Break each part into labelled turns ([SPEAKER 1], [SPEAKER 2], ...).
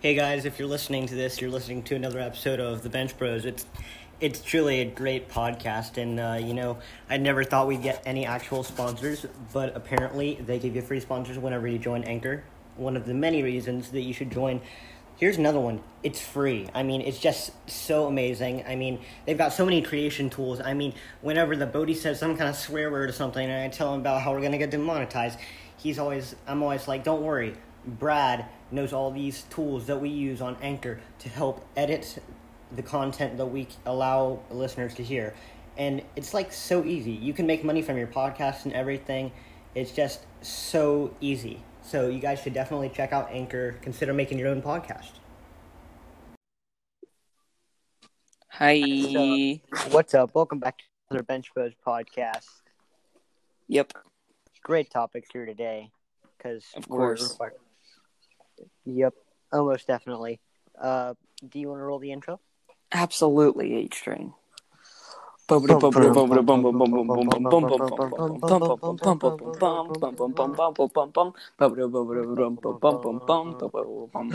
[SPEAKER 1] Hey guys, if you're listening to this, you're listening to another episode of The Bench Bros. It's it's truly a great podcast, and uh, you know I never thought we'd get any actual sponsors, but apparently they give you free sponsors whenever you join Anchor. One of the many reasons that you should join. Here's another one. It's free. I mean, it's just so amazing. I mean, they've got so many creation tools. I mean, whenever the Bodhi says some kind of swear word or something, and I tell him about how we're gonna get demonetized, he's always I'm always like, don't worry, Brad knows all these tools that we use on Anchor to help edit the content that we allow listeners to hear. And it's like so easy. You can make money from your podcast and everything. It's just so easy. So you guys should definitely check out Anchor. Consider making your own podcast.
[SPEAKER 2] Hi.
[SPEAKER 1] What's up? Welcome back to another Bench Bros podcast.
[SPEAKER 2] Yep.
[SPEAKER 1] Great topics here today. Cause
[SPEAKER 2] Of
[SPEAKER 1] we're-
[SPEAKER 2] course.
[SPEAKER 1] Yep, almost definitely. Uh, do you want to roll the intro?
[SPEAKER 2] Absolutely, H train. H
[SPEAKER 1] Ba-ba-bum.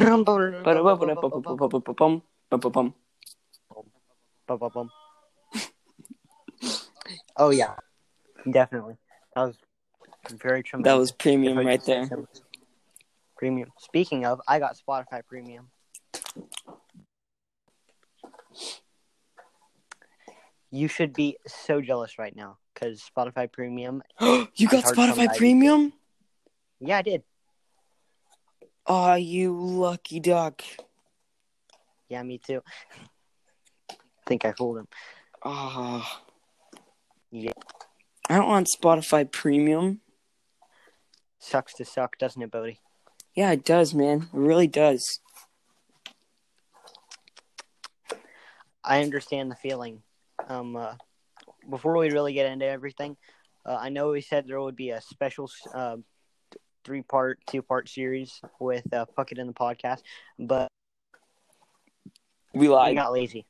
[SPEAKER 1] oh yeah, definitely. That was very tremendous.
[SPEAKER 2] That was premium
[SPEAKER 1] If I-
[SPEAKER 2] right there.
[SPEAKER 1] Premium. Speaking of, I got Spotify Premium. You should be so jealous right now because Spotify Premium.
[SPEAKER 2] You got
[SPEAKER 1] Hard come by
[SPEAKER 2] Spotify
[SPEAKER 1] these
[SPEAKER 2] Premium?
[SPEAKER 1] Yeah, I did.
[SPEAKER 2] Aw, you lucky duck.
[SPEAKER 1] Yeah, me too. think I fooled him.
[SPEAKER 2] Ah.
[SPEAKER 1] Yeah.
[SPEAKER 2] I don't want Spotify Premium.
[SPEAKER 1] Sucks to suck, doesn't it, Bodie?
[SPEAKER 2] Yeah, it does, man. It really does.
[SPEAKER 1] I understand the feeling. Um, uh, before we really get into everything, uh, I know we said there would be a special uh, three part, two part series with uh, Puckett in the podcast, but
[SPEAKER 2] We
[SPEAKER 1] we
[SPEAKER 2] lied.
[SPEAKER 1] got lazy.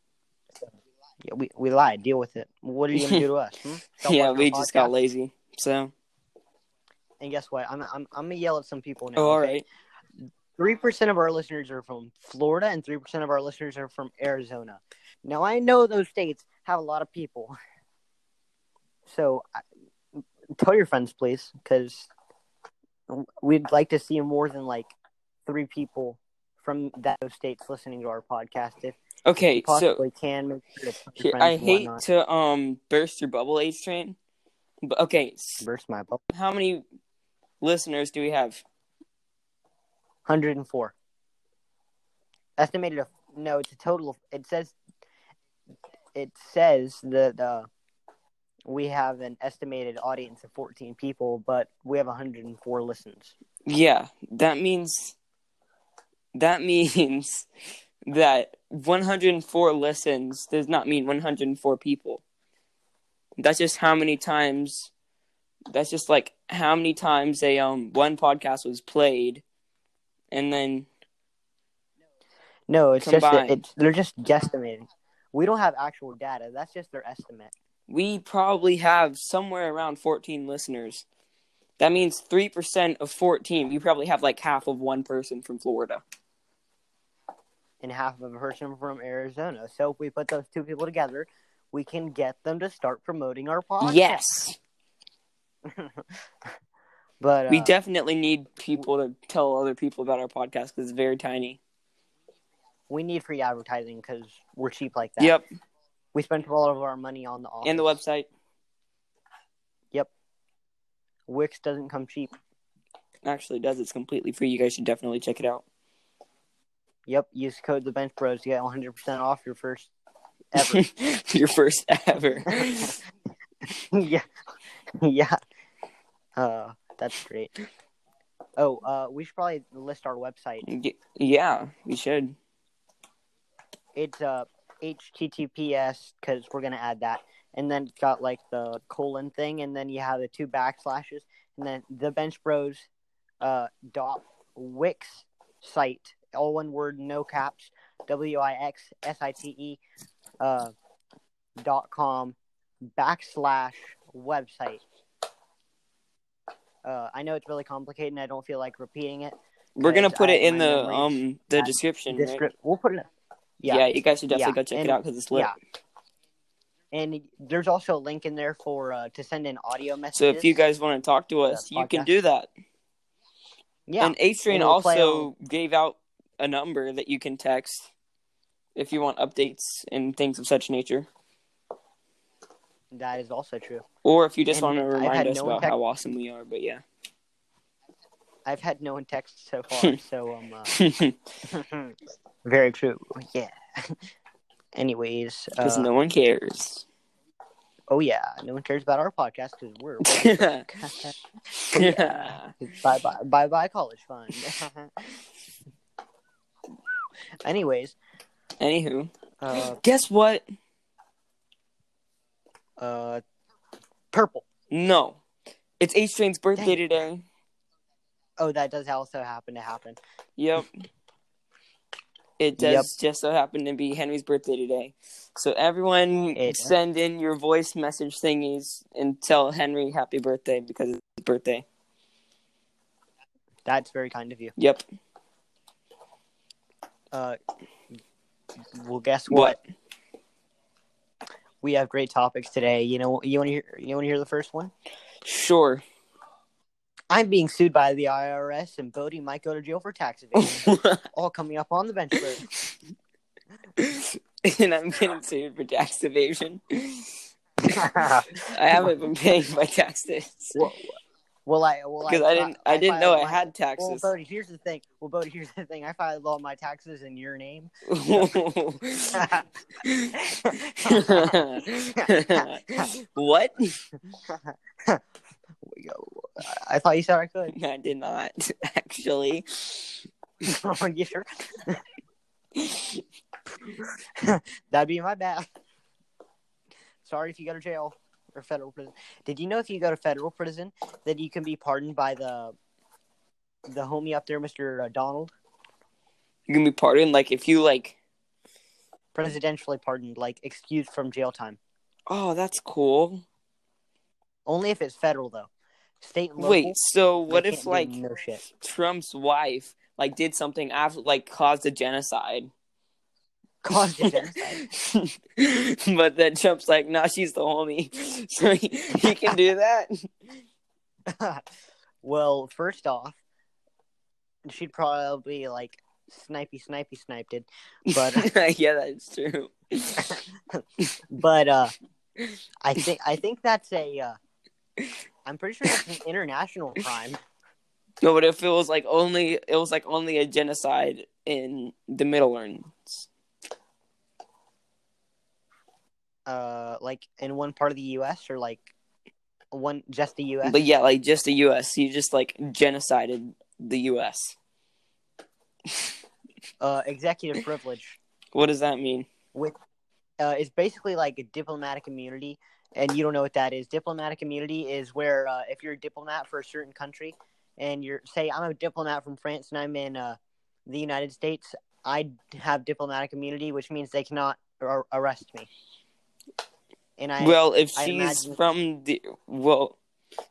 [SPEAKER 1] Yeah, we, we lied. Deal with it. What are you gonna do to us? hmm? Don't
[SPEAKER 2] Yeah,
[SPEAKER 1] like
[SPEAKER 2] we
[SPEAKER 1] our
[SPEAKER 2] just got
[SPEAKER 1] podcast?
[SPEAKER 2] lazy. So,
[SPEAKER 1] And guess what? I'm I'm, I'm gonna yell at some people now.
[SPEAKER 2] oh, all right.
[SPEAKER 1] Three percent of our listeners are from Florida, and three percent of our listeners are from Arizona. Now I know those states have a lot of people, so I, tell your friends, please, because we'd like to see more than like three people from that those states listening to our podcast. If
[SPEAKER 2] Okay,
[SPEAKER 1] you
[SPEAKER 2] so
[SPEAKER 1] possibly can, make sure to tell your
[SPEAKER 2] Here,
[SPEAKER 1] friends
[SPEAKER 2] I
[SPEAKER 1] and
[SPEAKER 2] hate
[SPEAKER 1] whatnot.
[SPEAKER 2] to um burst your bubble, H train. But okay, s-
[SPEAKER 1] burst my bubble.
[SPEAKER 2] how many listeners do we have?
[SPEAKER 1] Hundred and four. Estimated of no, it's a total. Of, it says it says that uh, we have an estimated audience of fourteen people, but we have hundred and four listens.
[SPEAKER 2] Yeah, that means that means that 104 listens does not mean 104 people. That's just how many times. That's just like how many times a um one podcast was played, and then
[SPEAKER 1] No, it's just
[SPEAKER 2] Combined.
[SPEAKER 1] that it's they're just guesstimating. We don't have actual data. That's just their estimate.
[SPEAKER 2] we probably have somewhere around 14 listeners. That means 3% of 14. We probably have like half of one person from Florida.
[SPEAKER 1] And half of a person from Arizona. So if we put those two people together, we can get them to start promoting our podcast.
[SPEAKER 2] Yes.
[SPEAKER 1] but uh,
[SPEAKER 2] We definitely need people to tell other people about our podcast because it's very tiny.
[SPEAKER 1] we need free advertising because we're cheap like that.
[SPEAKER 2] Yep.
[SPEAKER 1] We spent all of our money on the office.
[SPEAKER 2] And the website.
[SPEAKER 1] Wix doesn't come cheap.
[SPEAKER 2] Actually, it does. It's completely free. You guys should definitely check it out.
[SPEAKER 1] Yep, use code the Bench Bros to get 100 percent off your first ever.
[SPEAKER 2] Your first ever.
[SPEAKER 1] yeah, yeah. Uh, that's great. Oh, uh, we should probably list our website.
[SPEAKER 2] Y- yeah, we should.
[SPEAKER 1] It's uh HTTPS because we're gonna add that, and then it's got like the colon thing, and then you have the two backslashes, and then the Bench Bros uh dot Wix site, all one word, no caps, W I X S I T E uh dot com backslash website. Uh, I know it's really complicated, and I don't feel like repeating it.
[SPEAKER 2] We're gonna
[SPEAKER 1] Guys,
[SPEAKER 2] put
[SPEAKER 1] I-
[SPEAKER 2] it in
[SPEAKER 1] my
[SPEAKER 2] the
[SPEAKER 1] memories-
[SPEAKER 2] um the
[SPEAKER 1] at
[SPEAKER 2] description. right?
[SPEAKER 1] Descrip- We'll put it.
[SPEAKER 2] Yeah. you guys should definitely
[SPEAKER 1] Yeah,
[SPEAKER 2] go check
[SPEAKER 1] and-
[SPEAKER 2] it out because it's lit.
[SPEAKER 1] Yeah. And there's also a link in there for uh, to send in audio messages.
[SPEAKER 2] So if you guys want to talk to us,
[SPEAKER 1] Yeah,
[SPEAKER 2] you can
[SPEAKER 1] podcast.
[SPEAKER 2] do that.
[SPEAKER 1] yeah,
[SPEAKER 2] And Adrian
[SPEAKER 1] we'll play
[SPEAKER 2] also gave out a number that you can text if you want updates and things of such nature,
[SPEAKER 1] that is also true.
[SPEAKER 2] or if you just
[SPEAKER 1] And
[SPEAKER 2] want to
[SPEAKER 1] I've
[SPEAKER 2] remind
[SPEAKER 1] had
[SPEAKER 2] us
[SPEAKER 1] no
[SPEAKER 2] about
[SPEAKER 1] tech-
[SPEAKER 2] how awesome we are. But yeah,
[SPEAKER 1] I've had no one text so far, so um,
[SPEAKER 2] because
[SPEAKER 1] uh, very true. Yeah. Anyways, uh,
[SPEAKER 2] no one cares.
[SPEAKER 1] oh yeah, no one cares about our podcast because we're
[SPEAKER 2] yeah.
[SPEAKER 1] bye bye bye bye college fund. Anyways,
[SPEAKER 2] Anywho,
[SPEAKER 1] uh,
[SPEAKER 2] guess what?
[SPEAKER 1] uh, purple.
[SPEAKER 2] No, it's H Train's birthday
[SPEAKER 1] Dang.
[SPEAKER 2] today.
[SPEAKER 1] Oh, that does also happen to happen.
[SPEAKER 2] Yep. It does
[SPEAKER 1] Yep.
[SPEAKER 2] just so happen to be Henry's birthday today. So everyone
[SPEAKER 1] It does.
[SPEAKER 2] send in your voice message thingies and tell Henry happy birthday because it's his birthday.
[SPEAKER 1] That's very kind of you.
[SPEAKER 2] Yep.
[SPEAKER 1] Uh, well, guess what?
[SPEAKER 2] What?
[SPEAKER 1] We have great topics today. You know, you want to hear? You want to hear the first one?
[SPEAKER 2] Sure.
[SPEAKER 1] I'm being sued by the IRS, and Bodie might go to jail for tax evasion. All coming up on the bench. Bros.
[SPEAKER 2] and I'm getting sued for tax evasion. I haven't been paying my taxes
[SPEAKER 1] well, well, I well,
[SPEAKER 2] because I didn't. I didn't know
[SPEAKER 1] filed
[SPEAKER 2] I
[SPEAKER 1] my-
[SPEAKER 2] had
[SPEAKER 1] Well,
[SPEAKER 2] taxes.
[SPEAKER 1] Bodie, here's the thing. Well, Bodie, here's the thing. I filed all my taxes in your name.
[SPEAKER 2] what?
[SPEAKER 1] I thought you said I could.
[SPEAKER 2] I did not actually.
[SPEAKER 1] Oh, you sure? That'd be my bad. Sorry if you go to jail or federal prison. Did you know if you go to federal prison that you can be pardoned by the the homie up there, Mister uh, Donald,
[SPEAKER 2] You can be pardoned, like if you like.
[SPEAKER 1] presidentially pardoned, like excused from jail time.
[SPEAKER 2] Oh, that's cool.
[SPEAKER 1] Only if it's federal though. State and local.
[SPEAKER 2] Wait, so
[SPEAKER 1] they
[SPEAKER 2] what if
[SPEAKER 1] can't do
[SPEAKER 2] like
[SPEAKER 1] no shit?
[SPEAKER 2] Trump's wife like did something after like caused a genocide?
[SPEAKER 1] Caused a genocide.
[SPEAKER 2] but then Trump's like, nah, she's the homie, so he, he can do that.
[SPEAKER 1] well, first off, she'd probably like snipey, snipey, sniped it. But
[SPEAKER 2] yeah, that's true.
[SPEAKER 1] but uh, I think I think that's a. Uh, I'm pretty sure that's an international crime.
[SPEAKER 2] No, but if it was like only it was like only a genocide in the Middle Earth.
[SPEAKER 1] Uh, like in one part of the U.S. or like one just the U.S.
[SPEAKER 2] But yeah, like just the U.S. You just like genocided the U.S.
[SPEAKER 1] Uh, executive privilege.
[SPEAKER 2] What does that mean?
[SPEAKER 1] Uh, it's basically like a diplomatic immunity, and you don't know what that is. Diplomatic immunity is where uh, if you're a diplomat for a certain country, and you're say I'm a diplomat from France and I'm in uh, the United States, I have diplomatic immunity, which means they cannot ar- arrest me. And I
[SPEAKER 2] well, if
[SPEAKER 1] I
[SPEAKER 2] she's
[SPEAKER 1] imagine-
[SPEAKER 2] from the well,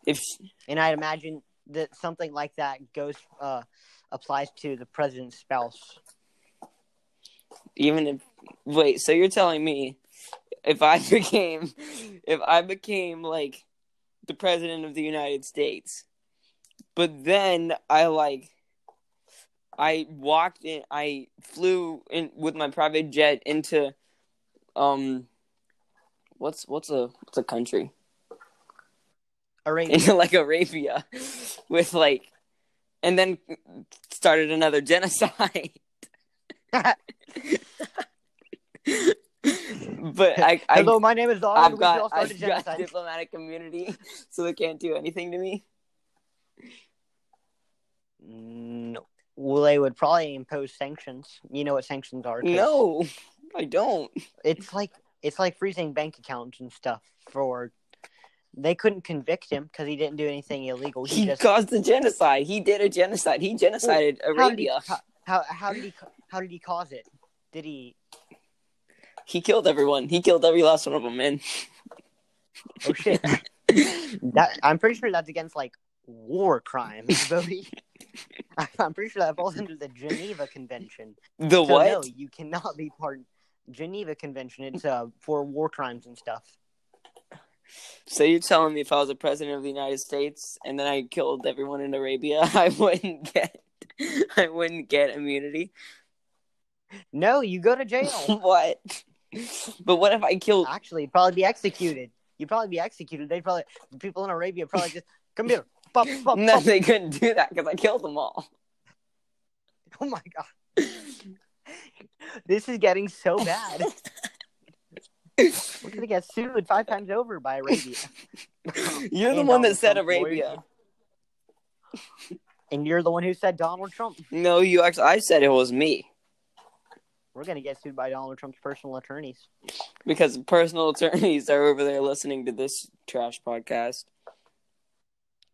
[SPEAKER 2] if
[SPEAKER 1] and I'd imagine that something like that goes uh, applies to the president's spouse.
[SPEAKER 2] even if wait, so you're telling me if I became if I became like the president of the United States, but then I like I walked in, I flew in with my private jet into um, what's what's a what's a country?
[SPEAKER 1] Arabia.
[SPEAKER 2] into like Arabia with like, and then started another genocide. but I, I
[SPEAKER 1] Hello, my name is Donald.
[SPEAKER 2] I've
[SPEAKER 1] We
[SPEAKER 2] got
[SPEAKER 1] just started
[SPEAKER 2] I've got
[SPEAKER 1] genocide.
[SPEAKER 2] diplomatic immunity, so they can't do anything to me.
[SPEAKER 1] No. Well, they would probably impose sanctions. You know what sanctions are? 'cause
[SPEAKER 2] No, I don't.
[SPEAKER 1] It's like it's like freezing bank accounts and stuff for. They couldn't convict him because he didn't do anything illegal. He,
[SPEAKER 2] He
[SPEAKER 1] just
[SPEAKER 2] caused the genocide. He did a genocide. He genocided
[SPEAKER 1] how did he,
[SPEAKER 2] Arabia.
[SPEAKER 1] how, how, how did he how did he cause it? Did he?
[SPEAKER 2] He killed everyone. He killed every last one of them, man.
[SPEAKER 1] Oh shit! that I'm pretty sure that's against like war crimes, Bodie. I'm pretty sure that falls under the Geneva Convention.
[SPEAKER 2] The what?
[SPEAKER 1] No, you cannot be part Geneva Convention. It's uh for war crimes and stuff.
[SPEAKER 2] So you're telling me if I was a president of the United States and then I killed everyone in Arabia, I wouldn't get I wouldn't get immunity?
[SPEAKER 1] No, you go to jail.
[SPEAKER 2] what? But what if I killed
[SPEAKER 1] Actually, you'd probably be executed. You'd probably be executed. They probably the people in Arabia probably just come here. Pop, pop,
[SPEAKER 2] No,
[SPEAKER 1] pop."
[SPEAKER 2] they couldn't do that because I killed them all.
[SPEAKER 1] Oh my god. This is getting so bad. We're gonna get sued five times over by Arabia.
[SPEAKER 2] You're the
[SPEAKER 1] And
[SPEAKER 2] one
[SPEAKER 1] Donald
[SPEAKER 2] that said
[SPEAKER 1] Trump's
[SPEAKER 2] Arabia.
[SPEAKER 1] And you're the one who said Donald Trump.
[SPEAKER 2] No, you actually. I said it was me
[SPEAKER 1] We're gonna get sued by Donald Trump's personal attorneys.
[SPEAKER 2] because personal attorneys are over there listening to this trash podcast.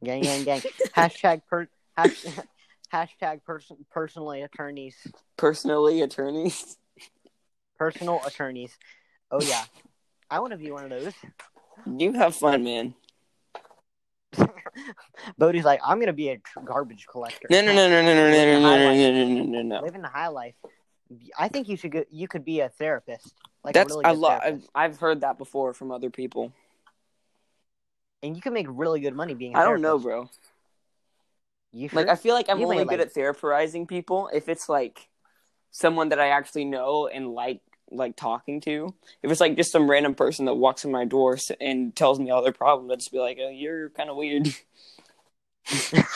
[SPEAKER 1] Gang, gang, gang. hashtag per hashtag, hashtag person personally attorneys.
[SPEAKER 2] Personally, attorneys.
[SPEAKER 1] Personal attorneys. Oh yeah, I want to be one of those.
[SPEAKER 2] You have fun, man.
[SPEAKER 1] Bodie's like, I'm gonna be a tr- garbage collector.
[SPEAKER 2] No, no, no, no, no, no, no, no, no, no, no, no, no.
[SPEAKER 1] Living the high life. I think you should. Go, you could be a therapist. Like
[SPEAKER 2] That's
[SPEAKER 1] a, really
[SPEAKER 2] a
[SPEAKER 1] good
[SPEAKER 2] lot.
[SPEAKER 1] therapist.
[SPEAKER 2] I've, I've heard that before from other people.
[SPEAKER 1] and you can make really good money being. I
[SPEAKER 2] I don't know, bro.
[SPEAKER 1] You sure?
[SPEAKER 2] Like, I feel like I'm
[SPEAKER 1] You
[SPEAKER 2] only
[SPEAKER 1] may
[SPEAKER 2] good
[SPEAKER 1] like-
[SPEAKER 2] at therapizing people if it's like someone that I actually know and like like talking to. If it's like just some random person that walks in my door s- and tells me all their problems, I'd just be like, oh, "You're kind of weird."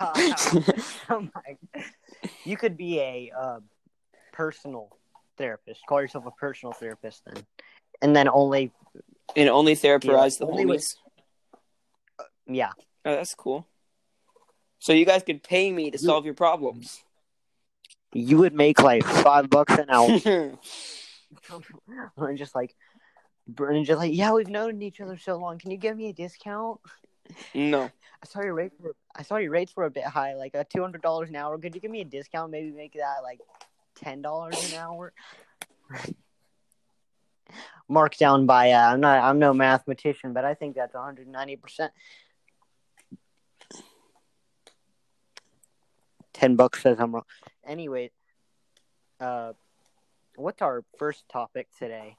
[SPEAKER 1] oh my. You could be a uh, personal therapist. Call yourself a personal therapist then, and then only
[SPEAKER 2] and only therapize the
[SPEAKER 1] only
[SPEAKER 2] homies.
[SPEAKER 1] with- yeah.
[SPEAKER 2] Oh, that's cool. So you guys could pay me to
[SPEAKER 1] You-
[SPEAKER 2] solve your problems.
[SPEAKER 1] You would make like five bucks an hour.
[SPEAKER 2] That's
[SPEAKER 1] and just like, and just like, yeah, we've known each other so long. Can you give me a discount?
[SPEAKER 2] no.
[SPEAKER 1] I saw your rates were I saw your rates were a bit high, like uh, two hundred dollars an hour. Could you give me a discount? Maybe make that like ten dollars an hour. Marked down by uh, I'm not I'm no mathematician, but I think that's one hundred ninety percent. Ten bucks says I'm wrong. Anyway, uh, what's our first topic today?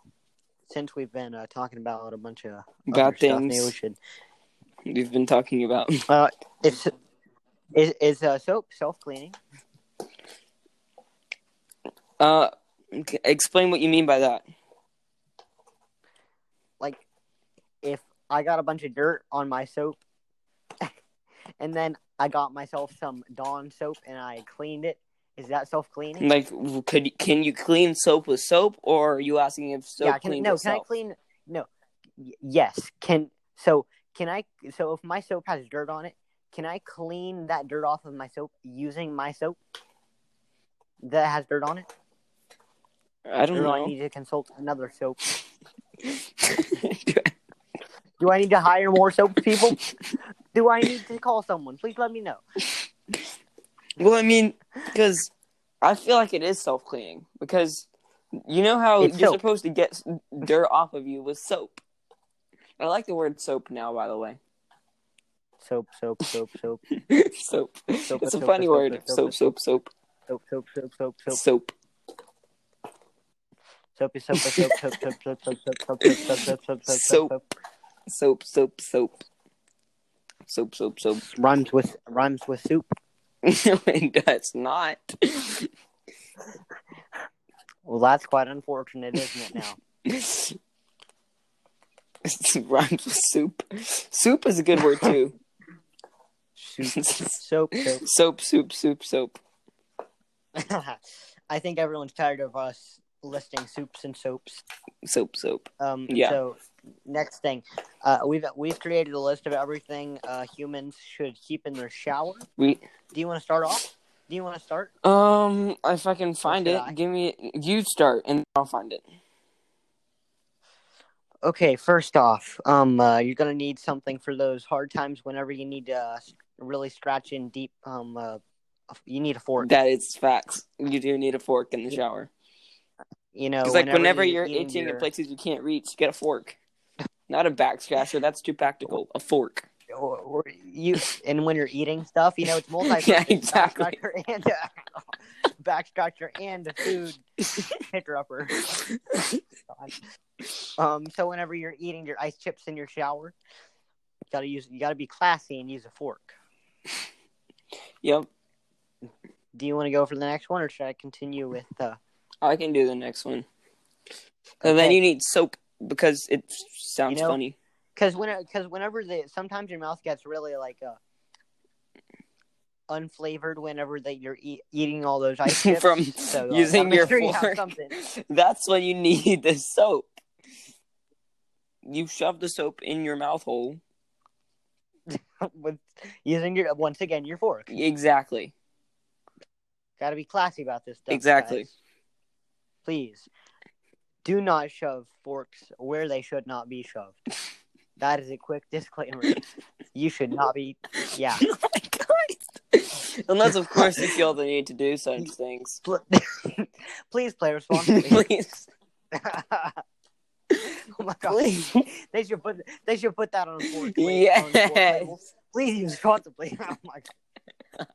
[SPEAKER 1] Since we've been uh, talking about a bunch of other
[SPEAKER 2] Bad
[SPEAKER 1] stuff, maybe
[SPEAKER 2] things
[SPEAKER 1] we should
[SPEAKER 2] we've been talking about.
[SPEAKER 1] uh, is is, is uh, soap self cleaning?
[SPEAKER 2] Uh, c- explain what you mean by that.
[SPEAKER 1] Like, if I got a bunch of dirt on my soap, and then I got myself some Dawn soap and I cleaned it, is that self cleaning?
[SPEAKER 2] Like, w- could can you clean soap with soap, or are you asking if soap
[SPEAKER 1] yeah. Can,
[SPEAKER 2] cleans
[SPEAKER 1] no. Can I
[SPEAKER 2] itself?
[SPEAKER 1] clean? No. Y- yes. Can so? Can I? So if my soap has dirt on it, can I clean that dirt off of my soap using my soap that has dirt on it?
[SPEAKER 2] I don't
[SPEAKER 1] Or do I
[SPEAKER 2] know.
[SPEAKER 1] need to consult another soap? Do I need to hire more soap people? Do I need to call someone? Please let me know.
[SPEAKER 2] well, I mean, because I feel like it is self cleaning because you know how
[SPEAKER 1] It's
[SPEAKER 2] you're
[SPEAKER 1] soap.
[SPEAKER 2] supposed to get s- dirt off of you with soap. I like the word soap now, by the way.
[SPEAKER 1] Soap, soap, soap, soap,
[SPEAKER 2] soap.
[SPEAKER 1] Soap,
[SPEAKER 2] It's a
[SPEAKER 1] soap,
[SPEAKER 2] funny
[SPEAKER 1] soap,
[SPEAKER 2] word.
[SPEAKER 1] soap,
[SPEAKER 2] Soap, soap, soap,
[SPEAKER 1] soap, soap, soap, soap, soap, soap,
[SPEAKER 2] soap.
[SPEAKER 1] soap, soap, soap, soap, soap, soap, soap, soap, soap, soap, soap, soap, soap, soap.
[SPEAKER 2] Soap. Soap, soap, soap. Soap, soap, soap.
[SPEAKER 1] Rhymes with rhymes with soup.
[SPEAKER 2] No, it does not.
[SPEAKER 1] Well, that's quite unfortunate, isn't it? Now,
[SPEAKER 2] It Rhymes with soup. Soup is a good word too.
[SPEAKER 1] soup, soap, soap.
[SPEAKER 2] soap, soup, soup, soap.
[SPEAKER 1] I think everyone's tired of us listing soups and soaps.
[SPEAKER 2] Soap, soap.
[SPEAKER 1] Um,
[SPEAKER 2] Yeah.
[SPEAKER 1] So next thing, uh, we've we've created a list of everything uh, humans should keep in their shower.
[SPEAKER 2] We
[SPEAKER 1] Do you want to start off? Do you want to start?
[SPEAKER 2] um if I can find
[SPEAKER 1] should
[SPEAKER 2] it,
[SPEAKER 1] I?
[SPEAKER 2] give me you start and I'll find it.
[SPEAKER 1] Okay, first off, um, uh, you're gonna need something for those hard times whenever you need to uh, s- really scratch in deep. Um, uh, you need a fork.
[SPEAKER 2] That is facts. You do need a fork in the shower.
[SPEAKER 1] you know,
[SPEAKER 2] It's like whenever
[SPEAKER 1] you-
[SPEAKER 2] you're
[SPEAKER 1] you-
[SPEAKER 2] itching in
[SPEAKER 1] you're-
[SPEAKER 2] places you can't reach, get a fork. Not a back scratcher, that's too practical. A fork.
[SPEAKER 1] or, or you and when you're eating stuff, you know, it's multi
[SPEAKER 3] Yeah, exactly.
[SPEAKER 1] backstructure and backstructure and a food picker upper. um, so whenever you're eating your ice chips in your shower, you gotta use you gotta be classy and use a fork.
[SPEAKER 3] Yep,
[SPEAKER 1] Do you want to go for the next one, or should I continue with? Uh,
[SPEAKER 3] I can do the next one. And then
[SPEAKER 1] Okay.
[SPEAKER 3] you need soap because it sounds
[SPEAKER 1] You know-
[SPEAKER 3] funny.
[SPEAKER 1] Because when because whenever the sometimes your mouth gets really like uh unflavored whenever that you're eat, eating all those ice chips
[SPEAKER 3] From
[SPEAKER 1] so, uh, gotta
[SPEAKER 3] using
[SPEAKER 1] make
[SPEAKER 3] your
[SPEAKER 1] sure you have
[SPEAKER 3] fork.
[SPEAKER 1] something.
[SPEAKER 3] That's when you need the soap. You shove the soap in your mouth hole.
[SPEAKER 1] with using your once again your fork.
[SPEAKER 3] Exactly.
[SPEAKER 1] Got to be classy about this stuff.
[SPEAKER 3] Exactly.
[SPEAKER 1] guys. Please, do not shove forks where they should not be shoved. that is a quick disclaimer. you should not be. Yeah.
[SPEAKER 3] Oh my God. Unless, of course, you feel the need to do such things.
[SPEAKER 1] Pl- Please play responsibly.
[SPEAKER 3] Please,
[SPEAKER 1] oh my god.
[SPEAKER 3] please.
[SPEAKER 1] They should put they should put that on a fork. plate, on fork
[SPEAKER 3] Yes.
[SPEAKER 1] labels. Please use responsibly. Oh my god.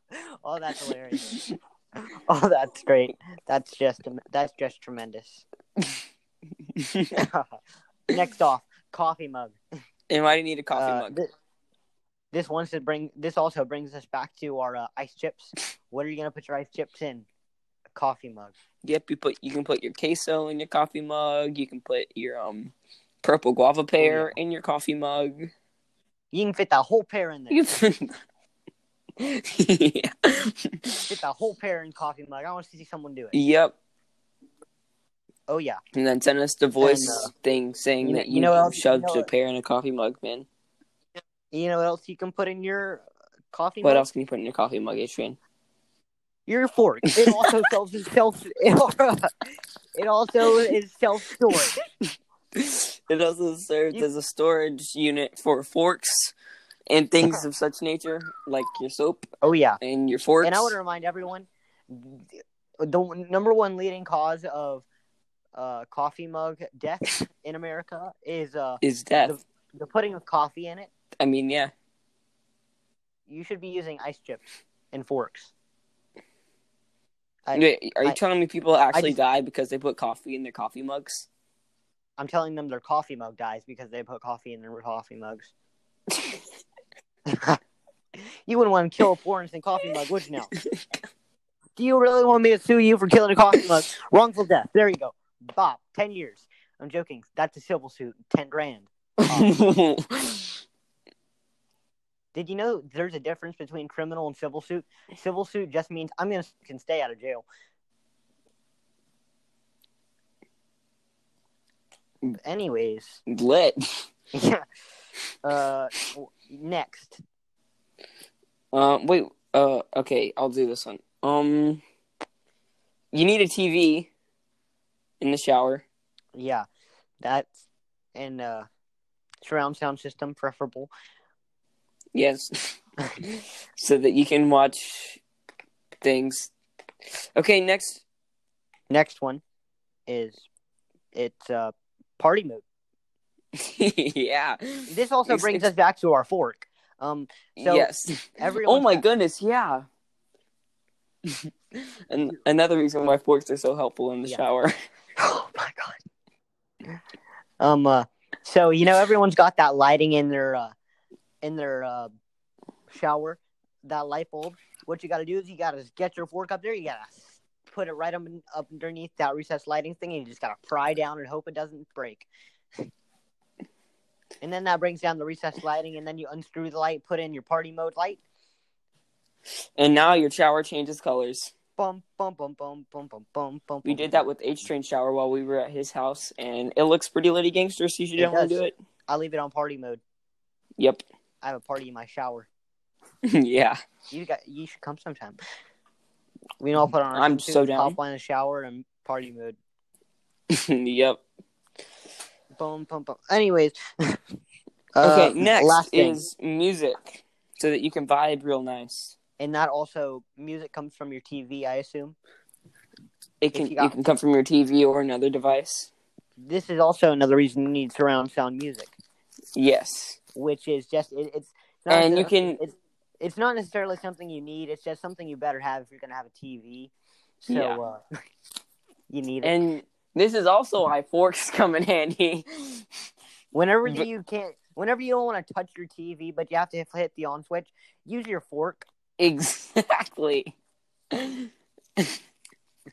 [SPEAKER 1] Oh, that's hilarious. Oh, that's great. That's just that's just tremendous. Next off, coffee mug.
[SPEAKER 3] And why do you need a coffee
[SPEAKER 1] Uh,
[SPEAKER 3] mug?
[SPEAKER 1] thi- this wants to bring. This also brings us back to our uh, ice chips. What are you gonna put your ice chips in? A coffee mug.
[SPEAKER 3] Yep, you put you can put your queso in your coffee mug. You can put your um purple guava pear in your coffee mug.
[SPEAKER 1] You can fit that whole pair in there.
[SPEAKER 3] You can- Yeah.
[SPEAKER 1] fit that whole pair in coffee mug. I want to see someone do it.
[SPEAKER 3] Yep,
[SPEAKER 1] Oh yeah.
[SPEAKER 3] and then send us the voice
[SPEAKER 1] And, uh,
[SPEAKER 3] thing saying
[SPEAKER 1] you kn-
[SPEAKER 3] that you,
[SPEAKER 1] you know what else- you
[SPEAKER 3] shoved
[SPEAKER 1] know
[SPEAKER 3] a
[SPEAKER 1] what-
[SPEAKER 3] pear in a coffee mug, man.
[SPEAKER 1] You know what else you can put in your uh, coffee
[SPEAKER 3] What
[SPEAKER 1] mug?
[SPEAKER 3] else can you put in your coffee mug, Adrian?
[SPEAKER 1] Your fork. It also sells itself. It, it also is self storage.
[SPEAKER 3] It also serves as a storage unit for forks and things of such nature, like your soap
[SPEAKER 1] Oh yeah.
[SPEAKER 3] and your forks.
[SPEAKER 1] And I want to remind everyone th- the one- number one leading cause of uh, coffee mug death in America is uh,
[SPEAKER 3] is death.
[SPEAKER 1] the putting of coffee in it.
[SPEAKER 3] I mean, yeah.
[SPEAKER 1] You should be using ice chips and forks. I-
[SPEAKER 3] Wait, are you
[SPEAKER 1] I-
[SPEAKER 3] telling me people actually
[SPEAKER 1] just-
[SPEAKER 3] die because they put coffee in their coffee mugs?
[SPEAKER 1] I'm telling them their coffee mug dies because they put coffee in their coffee mugs. you wouldn't want to kill a poor innocent coffee mug, would you now? Do you really want me to sue you for killing a coffee mug? Wrongful death. There you go. Bob, 10 years. I'm joking. That's a civil suit. 10 grand. Did you know there's a difference between criminal and civil suit? Civil suit just means I'm gonna can stay out of jail. Anyways,
[SPEAKER 3] Lit.
[SPEAKER 1] yeah. Uh, w- next,
[SPEAKER 3] Uh, wait. Uh, okay, I'll do this one. Um, you need a TV in the shower.
[SPEAKER 1] yeah, that's and uh, surround sound system preferable.
[SPEAKER 3] Yes, so that you can watch things. Okay, next.
[SPEAKER 1] Next one is it's uh party mode.
[SPEAKER 3] yeah.
[SPEAKER 1] This also
[SPEAKER 3] It's-
[SPEAKER 1] brings
[SPEAKER 3] it's-
[SPEAKER 1] us back to our fork. Um, So,
[SPEAKER 3] yes. Oh
[SPEAKER 1] everyone's
[SPEAKER 3] my
[SPEAKER 1] got-
[SPEAKER 3] goodness. Yeah. and another reason why forks are so helpful in the
[SPEAKER 1] Yeah.
[SPEAKER 3] shower.
[SPEAKER 1] Oh my god. Um. Uh, so you know everyone's got that lighting in their uh, in their uh, shower, that light bulb. What you got to do is you got to get your fork up there. You got to put it right up, up underneath that recessed lighting thing, and you just got to pry down and hope it doesn't break. And then that brings down the recessed lighting, and then you unscrew the light, put in your party mode light.
[SPEAKER 3] And now your shower changes colors.
[SPEAKER 1] Bum bum bum bum bum bum bum bum.
[SPEAKER 3] We
[SPEAKER 1] bum,
[SPEAKER 3] did
[SPEAKER 1] bum.
[SPEAKER 3] that with H Train Shower while we were at his house, and it looks pretty litty gangster, so you should
[SPEAKER 1] It
[SPEAKER 3] definitely
[SPEAKER 1] does.
[SPEAKER 3] do it.
[SPEAKER 1] I leave it on party mode.
[SPEAKER 3] Yep.
[SPEAKER 1] I have a party in my shower.
[SPEAKER 3] yeah.
[SPEAKER 1] You got. You should come sometime. We can all put on. Our
[SPEAKER 3] I'm
[SPEAKER 1] swimsuits,
[SPEAKER 3] so down.
[SPEAKER 1] Pop on the shower and party mode.
[SPEAKER 3] yep.
[SPEAKER 1] Boom, boom, boom. Anyways.
[SPEAKER 3] Okay,
[SPEAKER 1] uh,
[SPEAKER 3] next
[SPEAKER 1] last thing.
[SPEAKER 3] is music, so that you can vibe real nice.
[SPEAKER 1] and that also music comes from your TV, I assume.
[SPEAKER 3] It can
[SPEAKER 1] you
[SPEAKER 3] you,
[SPEAKER 1] got-
[SPEAKER 3] can come from your TV or another device.
[SPEAKER 1] This is also another reason you need surround sound music,
[SPEAKER 3] Yes.
[SPEAKER 1] which is just it, it's It's not
[SPEAKER 3] and you
[SPEAKER 1] necessarily-
[SPEAKER 3] can
[SPEAKER 1] it's not necessarily something you need. It's just something you better have if you're gonna have a TV. So
[SPEAKER 3] Yeah.
[SPEAKER 1] uh, you need it.
[SPEAKER 3] and this is also why forks come in handy.
[SPEAKER 1] Whenever
[SPEAKER 3] But-
[SPEAKER 1] you can't, whenever you don't want to touch your TV, but you have to hit the on switch, use your fork,
[SPEAKER 3] exactly.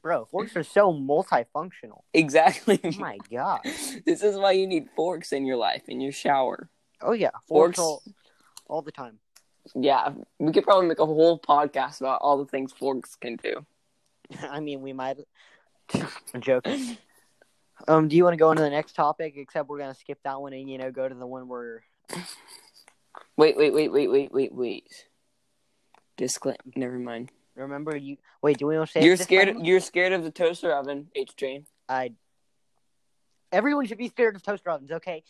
[SPEAKER 1] bro. Forks are so multifunctional.
[SPEAKER 3] Exactly.
[SPEAKER 1] Oh my god.
[SPEAKER 3] This is why you need forks in your life, in your shower.
[SPEAKER 1] Oh yeah,
[SPEAKER 3] Forks.
[SPEAKER 1] forks all, all the time.
[SPEAKER 3] Yeah, we could probably make a whole podcast about all the things forks can do.
[SPEAKER 1] I mean, we might. I'm joking. Um, do you want to go into the next topic? Except we're gonna skip that one and you know go to the one where
[SPEAKER 3] Wait, wait, wait, wait, wait, wait, wait. Disclaim. Never mind.
[SPEAKER 1] remember you. Wait, do we want to say
[SPEAKER 3] You're
[SPEAKER 1] this
[SPEAKER 3] scared.
[SPEAKER 1] time?
[SPEAKER 3] You're scared of the toaster oven, H train.
[SPEAKER 1] I. Everyone should be scared of toaster ovens, okay?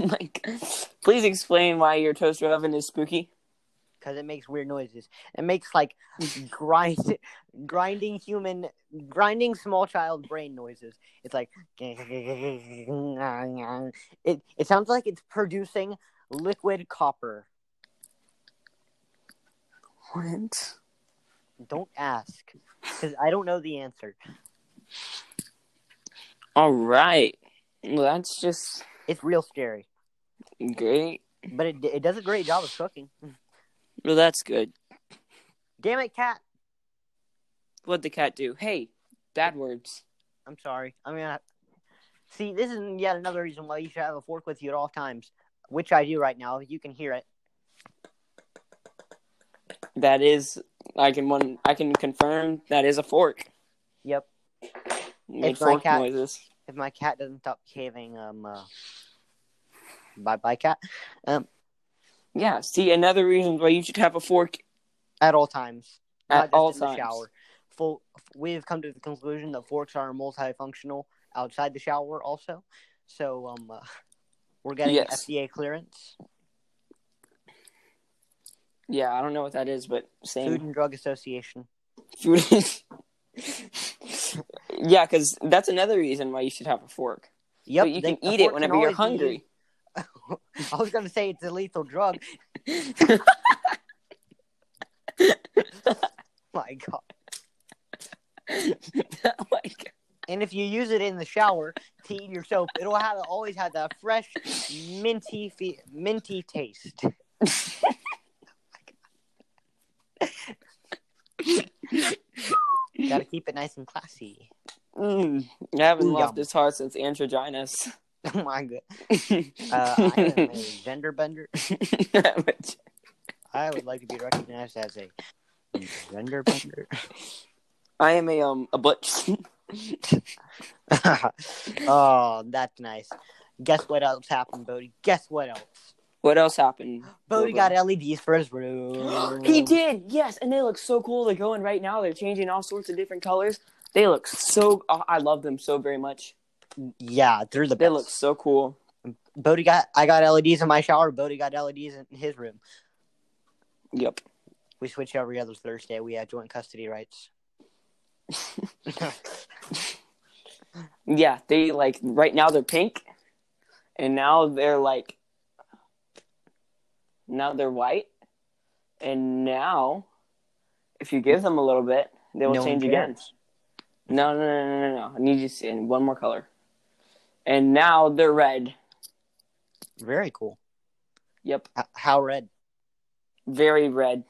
[SPEAKER 3] like, Oh please explain why your toaster oven is spooky.
[SPEAKER 1] Because it makes weird noises. It makes like grind, grinding human, grinding small child brain noises. It's like it. It sounds like it's producing liquid copper.
[SPEAKER 3] What?
[SPEAKER 1] Don't ask, because I don't know the answer.
[SPEAKER 3] All right. Well, that's just
[SPEAKER 1] It's real scary,
[SPEAKER 3] great.
[SPEAKER 1] but it it does a great job of cooking.
[SPEAKER 3] Well, that's good.
[SPEAKER 1] Damn it, cat!
[SPEAKER 3] What'd the cat do? Hey, bad words.
[SPEAKER 1] I'm sorry. I mean, I... see, this is yet another reason why you should have a fork with you at all times, which I do right now. You can hear it.
[SPEAKER 3] That is, I can one, I can confirm that is a fork.
[SPEAKER 1] Yep.
[SPEAKER 3] Made
[SPEAKER 1] It's my
[SPEAKER 3] fork
[SPEAKER 1] cat.
[SPEAKER 3] noises.
[SPEAKER 1] If my cat doesn't stop behaving, um, uh, bye bye cat
[SPEAKER 3] Yeah. See, another reason why you should have a fork
[SPEAKER 1] at all times.
[SPEAKER 3] at all
[SPEAKER 1] in The
[SPEAKER 3] times.
[SPEAKER 1] shower. Full. We've come to the conclusion that forks are multifunctional outside the shower also. So um, uh, we're getting
[SPEAKER 3] Yes.
[SPEAKER 1] FDA clearance.
[SPEAKER 3] Yeah, I don't know what that is, but
[SPEAKER 1] Food
[SPEAKER 3] same
[SPEAKER 1] and Drug Association.
[SPEAKER 3] food. yeah, because that's another reason why you should have a fork.
[SPEAKER 1] Yep.
[SPEAKER 3] so you
[SPEAKER 1] they-
[SPEAKER 3] can
[SPEAKER 1] a
[SPEAKER 3] eat
[SPEAKER 1] fork
[SPEAKER 3] it whenever you're
[SPEAKER 1] always be
[SPEAKER 3] hungry.
[SPEAKER 1] used- I was gonna say it's a lethal drug. My God.
[SPEAKER 3] like,
[SPEAKER 1] And if you use it in the shower to eat your soap, it'll have always have that fresh, minty, fe- minty taste. Gotta keep it nice and classy.
[SPEAKER 3] mm, I haven't
[SPEAKER 1] Ooh,
[SPEAKER 3] laughed
[SPEAKER 1] yum.
[SPEAKER 3] this hard since androgynas.
[SPEAKER 1] Oh my god. Uh, I am a gender bender. I would like to be recognized as a gender bender.
[SPEAKER 3] I am a um a butch.
[SPEAKER 1] oh, that's nice. Guess what else happened, Bodie? Guess what else?
[SPEAKER 3] what else happened?
[SPEAKER 1] Bodie
[SPEAKER 3] Wilbur?
[SPEAKER 1] got LEDs for his room.
[SPEAKER 3] He did, yes, and they look so cool. They're going right now. They're changing all sorts of different colors. They look so. oh, I love them so very much.
[SPEAKER 1] Yeah, they're the
[SPEAKER 3] They
[SPEAKER 1] best.
[SPEAKER 3] look so cool.
[SPEAKER 1] Bodie got I got LEDs in my shower. Bodie got LEDs in his room.
[SPEAKER 3] Yep.
[SPEAKER 1] We switch every other Thursday. We have joint custody rights.
[SPEAKER 3] Yeah, they like right now they're pink, and now they're like. Now they're white, and now, if you give them a little bit, they will
[SPEAKER 1] No one
[SPEAKER 3] change again.
[SPEAKER 1] cares.
[SPEAKER 3] No, no, no, no, no, no. I need you to see in one more color, and now they're red.
[SPEAKER 1] Very cool.
[SPEAKER 3] Yep,
[SPEAKER 1] H- how red?
[SPEAKER 3] very red.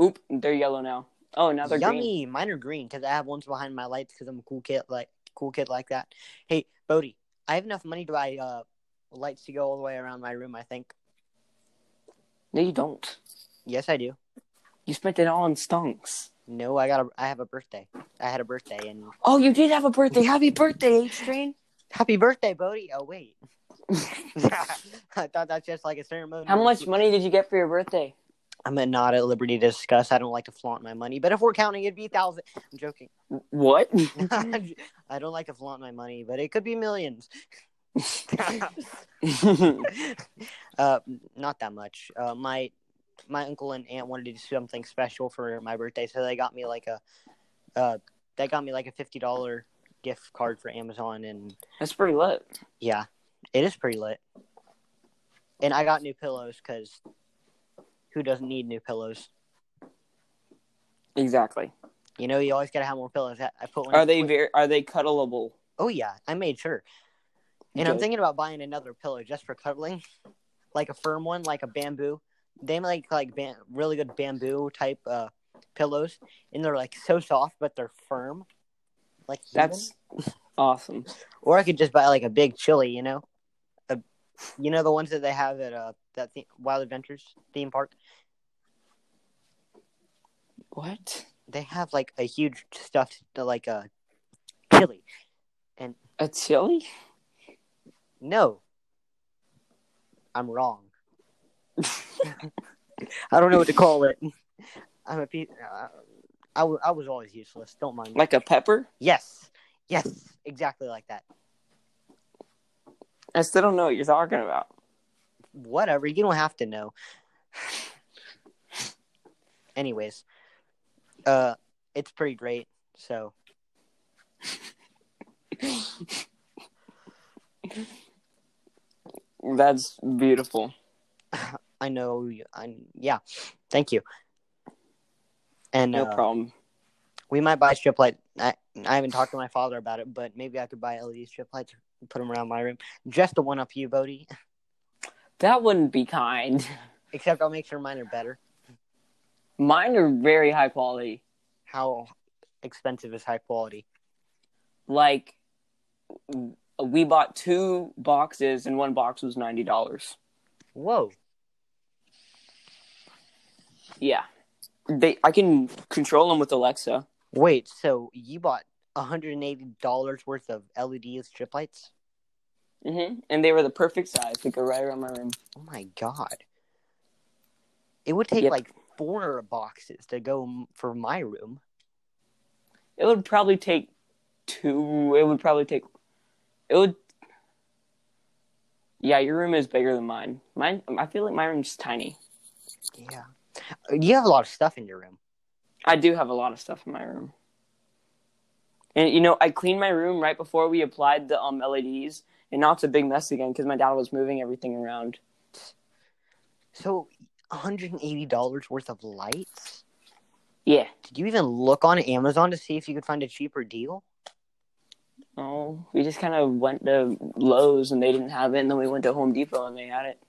[SPEAKER 3] Oop, they're yellow now. Oh, now they're
[SPEAKER 1] Yummy.
[SPEAKER 3] green.
[SPEAKER 1] Mine are green because I have ones behind my lights because I'm a cool kid like cool kid like that. Hey, Bodie, I have enough money to buy uh lights to go all the way around my room. I think.
[SPEAKER 3] No, you don't.
[SPEAKER 1] Yes, I do.
[SPEAKER 3] You spent it all on stonks.
[SPEAKER 1] No, I got a. I have a birthday. I had a birthday and
[SPEAKER 3] Oh, you did have a birthday. Happy birthday, H-Train.
[SPEAKER 1] happy birthday, Bodie. Oh wait, I thought that's just like a ceremony.
[SPEAKER 3] How much money did you get for your birthday?
[SPEAKER 1] I'm not at liberty to discuss. I don't like to flaunt my money, but if we're counting, it'd be a thousand. I'm joking.
[SPEAKER 3] What?
[SPEAKER 1] I don't like to flaunt my money, but it could be millions. uh, not that much. Uh, my my uncle and aunt wanted to do something special for my birthday, so they got me like a uh, they got me like a fifty dollar gift card for Amazon, and
[SPEAKER 3] That's pretty lit.
[SPEAKER 1] yeah, it is pretty lit. And I got new pillows because who doesn't need new pillows?
[SPEAKER 3] Exactly.
[SPEAKER 1] You know, you always gotta have more pillows. I I put one.
[SPEAKER 3] Are they very? Are they cuddleable?
[SPEAKER 1] Oh yeah, I made sure. And I'm
[SPEAKER 3] Good.
[SPEAKER 1] thinking about buying another pillow just for cuddling, like a firm one, like a bamboo. They make like ban- really good bamboo type uh, pillows, and they're like so soft, but they're firm. Like human.
[SPEAKER 3] That's awesome.
[SPEAKER 1] or I could just buy like a big chili, you know, a, you know the ones that they have at uh that the- Wild Adventures theme park.
[SPEAKER 3] What?
[SPEAKER 1] They have like a huge stuffed like a chili.
[SPEAKER 3] A chili?
[SPEAKER 1] No, I'm wrong. I don't know what to call it. I'm a piece. Uh, I, w- I was always useless. Don't mind. me.
[SPEAKER 3] Like a pepper?
[SPEAKER 1] Yes, yes, exactly like that.
[SPEAKER 3] I still don't know what you're talking about.
[SPEAKER 1] Whatever. You don't have to know. Anyways, uh, it's pretty great. So
[SPEAKER 3] That's beautiful.
[SPEAKER 1] I know. you- I yeah. Thank you. And
[SPEAKER 3] No
[SPEAKER 1] uh,
[SPEAKER 3] problem.
[SPEAKER 1] we might buy strip light. I I haven't talked to my father about it, but maybe I could buy LED strip lights, and put them around my room, just to one up you, Bodie.
[SPEAKER 3] That wouldn't be kind.
[SPEAKER 1] Except I'll make sure mine are better.
[SPEAKER 3] Mine are very high quality.
[SPEAKER 1] How expensive is high quality?
[SPEAKER 3] Like we bought two boxes and one box was ninety dollars.
[SPEAKER 1] Whoa.
[SPEAKER 3] Yeah. They I can control them with Alexa.
[SPEAKER 1] Wait. So you bought hundred and eighty dollars worth of LED strip lights?
[SPEAKER 3] hmm And they were the perfect size to go right around my room.
[SPEAKER 1] Oh my god. It would take
[SPEAKER 3] Yep.
[SPEAKER 1] like four boxes to go m- for my room.
[SPEAKER 3] It would probably take two. It would probably take. It would. Yeah, your room is bigger than mine. Mine. I feel like my room's tiny.
[SPEAKER 1] Yeah. You have a lot of stuff in your room.
[SPEAKER 3] I do have a lot of stuff in my room. And you know, I cleaned my room right before we applied the um LEDs, and now it's a big mess again because my dad was moving everything around.
[SPEAKER 1] So $180 worth of lights?
[SPEAKER 3] Yeah.
[SPEAKER 1] Did you even look on Amazon to see if you could find a cheaper deal?
[SPEAKER 3] Oh, we just kind of went to Lowe's and they didn't have it, and then we went to Home Depot and they had it.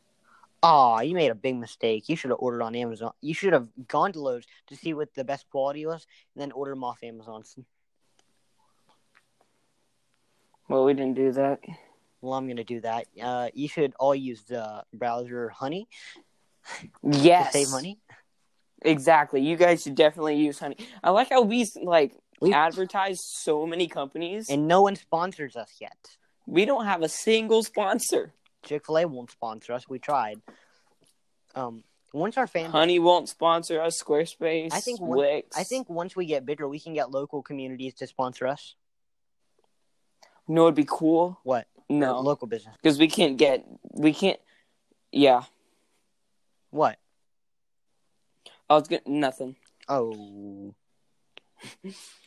[SPEAKER 1] Aw, you made a big mistake. You should have ordered on Amazon. You should have gone to Lowe's to see what the best quality was and then order them off Amazon.
[SPEAKER 3] Well, we didn't do that.
[SPEAKER 1] Well, I'm going to do that. Uh, you should all use the browser Honey
[SPEAKER 3] Yes.
[SPEAKER 1] to save money.
[SPEAKER 3] Exactly. You guys should definitely use Honey. I like how we like
[SPEAKER 1] We-
[SPEAKER 3] advertise so many companies, and
[SPEAKER 1] And no one sponsors us yet.
[SPEAKER 3] we don't have a single sponsor.
[SPEAKER 1] Chick fil A won't sponsor us. We tried. Um, once our fans
[SPEAKER 3] Honey won't sponsor us. Squarespace.
[SPEAKER 1] I think one-
[SPEAKER 3] Wix.
[SPEAKER 1] I think once we get bigger, we can get local communities to sponsor us.
[SPEAKER 3] You know it'd be cool.
[SPEAKER 1] What? Or
[SPEAKER 3] No,
[SPEAKER 1] Local business.
[SPEAKER 3] because we can't get. We can't. Yeah,
[SPEAKER 1] What?
[SPEAKER 3] I was gonna nothing.
[SPEAKER 1] Oh.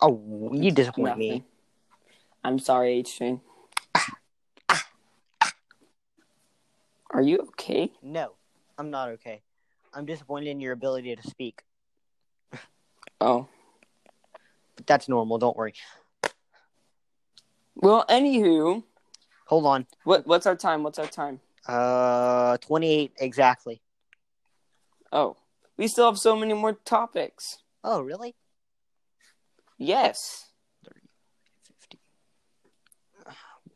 [SPEAKER 1] Oh, you disappoint
[SPEAKER 3] nothing.
[SPEAKER 1] me.
[SPEAKER 3] I'm sorry, H train. Are you okay?
[SPEAKER 1] No, I'm not okay. I'm disappointed in your ability to speak.
[SPEAKER 3] Oh.
[SPEAKER 1] But that's normal. Don't worry.
[SPEAKER 3] Well, anywho,
[SPEAKER 1] Hold on.
[SPEAKER 3] what what's our time? What's our time?
[SPEAKER 1] Uh, 28 exactly.
[SPEAKER 3] Oh, we still have so many more topics.
[SPEAKER 1] Oh, really?
[SPEAKER 3] Yes.
[SPEAKER 1] 50.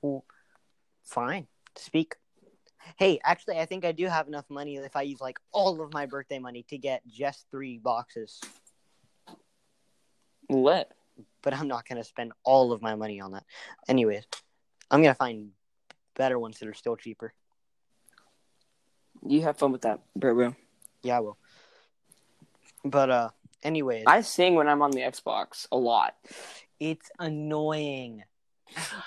[SPEAKER 1] Well, fine. Speak. Hey, actually, I think I do have enough money if I use like all of my birthday money to get just three boxes.
[SPEAKER 3] What?
[SPEAKER 1] but I'm not gonna spend all of my money on that. Anyways, I'm gonna find better ones that are still cheaper.
[SPEAKER 3] You have fun with that, bro, bro.
[SPEAKER 1] Yeah, I will. But uh, anyways,
[SPEAKER 3] I sing when I'm on the Xbox a lot.
[SPEAKER 1] it's annoying.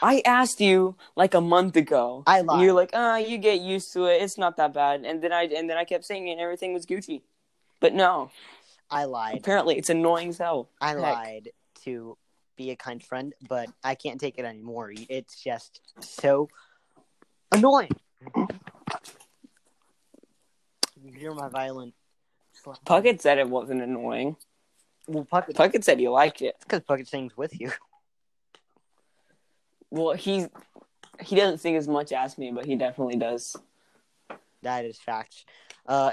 [SPEAKER 3] I asked you like a month ago.
[SPEAKER 1] I
[SPEAKER 3] And
[SPEAKER 1] lied.
[SPEAKER 3] You're like, ah, you get used to it. It's not that bad. And then I and then I kept singing, and everything was Gucci. But no,
[SPEAKER 1] I lied.
[SPEAKER 3] apparently it's annoying as hell.
[SPEAKER 1] I
[SPEAKER 3] Heck.
[SPEAKER 1] lied to be a kind friend, but I can't take it anymore. It's just so annoying. You're my violin. Slap.
[SPEAKER 3] Puckett said it wasn't annoying.
[SPEAKER 1] Well, Puckett,
[SPEAKER 3] Puckett said he liked it.
[SPEAKER 1] because Puckett sings with you.
[SPEAKER 3] Well, he's he doesn't sing as much as me, but he definitely does.
[SPEAKER 1] That is facts. Uh,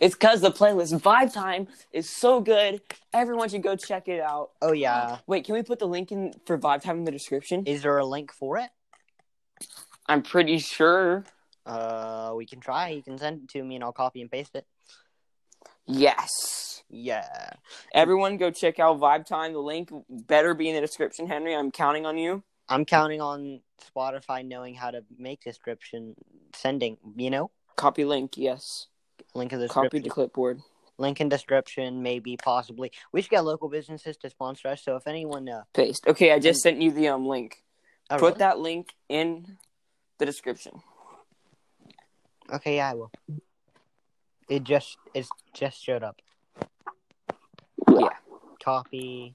[SPEAKER 3] It's because the playlist Vibe Time is so good. Everyone should go check it out.
[SPEAKER 1] oh yeah,
[SPEAKER 3] Wait, can we put the link in for Vibe Time in the description?
[SPEAKER 1] is there a link for it?
[SPEAKER 3] I'm pretty sure.
[SPEAKER 1] Uh, we can try. You can send it to me, and I'll copy and paste it.
[SPEAKER 3] Yes.
[SPEAKER 1] Yeah.
[SPEAKER 3] Everyone go check out Vibe Time. The link better be in the description, Henry. I'm counting on you.
[SPEAKER 1] I'm counting on Spotify knowing how to make description sending. You know,
[SPEAKER 3] Copy link, yes.
[SPEAKER 1] link in
[SPEAKER 3] Copy
[SPEAKER 1] description.
[SPEAKER 3] to clipboard.
[SPEAKER 1] link in description, maybe possibly. We should get local businesses to sponsor us. So if anyone, uh,
[SPEAKER 3] Paste. Okay, I just sent you the um link.
[SPEAKER 1] oh,
[SPEAKER 3] Put
[SPEAKER 1] really?
[SPEAKER 3] that link in the description.
[SPEAKER 1] Okay, yeah, I will. It just it's just showed up.
[SPEAKER 3] Yeah.
[SPEAKER 1] Copy.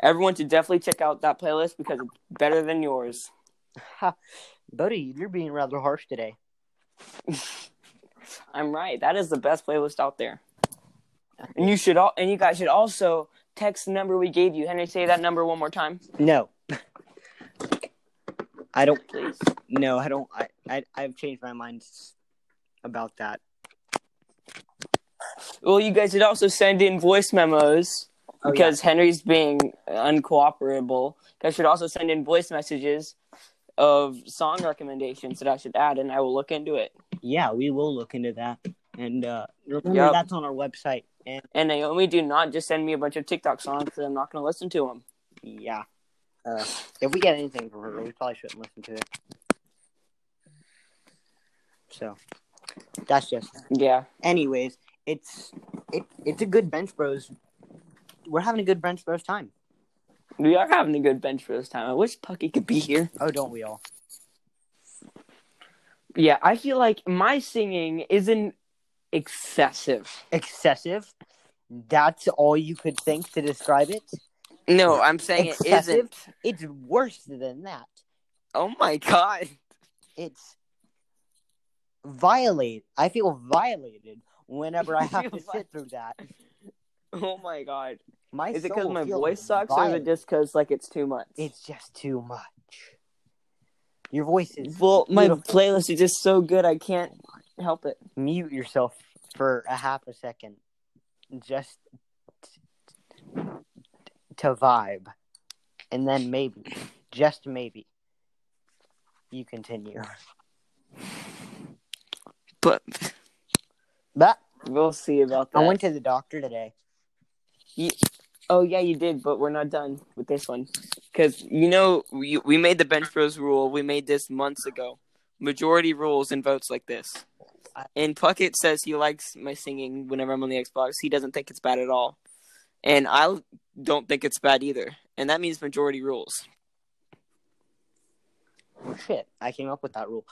[SPEAKER 3] Everyone should definitely check out that playlist because it's better than yours.
[SPEAKER 1] Ha. Buddy, you're being rather harsh today.
[SPEAKER 3] I'm right. That is the best playlist out there. And you should all and you guys should also text the number we gave you. Henry, say that number one more time,
[SPEAKER 1] No. I don't
[SPEAKER 3] please.
[SPEAKER 1] no, I don't I, I I've changed my mind s- about that.
[SPEAKER 3] Well, you guys should also send in voice memos
[SPEAKER 1] Oh,
[SPEAKER 3] because Henry's being uncooperable. You guys should also send in voice messages of song recommendations that I should add, and I will look into it.
[SPEAKER 1] Yeah, we will look into that. And uh remember
[SPEAKER 3] Yep.
[SPEAKER 1] that's on our website. And
[SPEAKER 3] And Naomi, do not just send me a bunch of TikTok songs because I'm not going to listen to them.
[SPEAKER 1] yeah. Uh, if we get anything from her, we probably shouldn't listen to it. So that's just
[SPEAKER 3] Yeah,
[SPEAKER 1] anyways, it's it, it's a good bench bros. We're having a good bench bros time.
[SPEAKER 3] we are having a good bench for this time. I wish Pucky could be here.
[SPEAKER 1] Oh, don't we all?
[SPEAKER 3] Yeah, I feel like my singing isn't excessive.
[SPEAKER 1] Excessive. That's all you could think to describe it.
[SPEAKER 3] No, I'm saying
[SPEAKER 1] Excessive? It's worse than that.
[SPEAKER 3] Oh my god.
[SPEAKER 1] It's violate. I feel violated whenever I have to sit through that.
[SPEAKER 3] Oh my god.
[SPEAKER 1] My
[SPEAKER 3] Is it
[SPEAKER 1] soul
[SPEAKER 3] because my
[SPEAKER 1] feels
[SPEAKER 3] voice sucks, or is it
[SPEAKER 1] violated.
[SPEAKER 3] just because like it's too much?
[SPEAKER 1] It's just too much. Your voice is.
[SPEAKER 3] well, my
[SPEAKER 1] Beautiful.
[SPEAKER 3] playlist is just so good, I can't help it.
[SPEAKER 1] mute yourself for a half a second just t- to vibe and then maybe just maybe you continue
[SPEAKER 3] But
[SPEAKER 1] but
[SPEAKER 3] we'll see about that.
[SPEAKER 1] i went to the doctor today
[SPEAKER 3] oh yeah, you did, but we're not done with this one because you know we we made the bench bros rule. We made this months ago. Majority rules and votes like this. And Puckett says he likes my singing whenever I'm on the Xbox. He doesn't think it's bad at all, and I don't think it's bad either. And that means majority rules.
[SPEAKER 1] shit i came up with that rule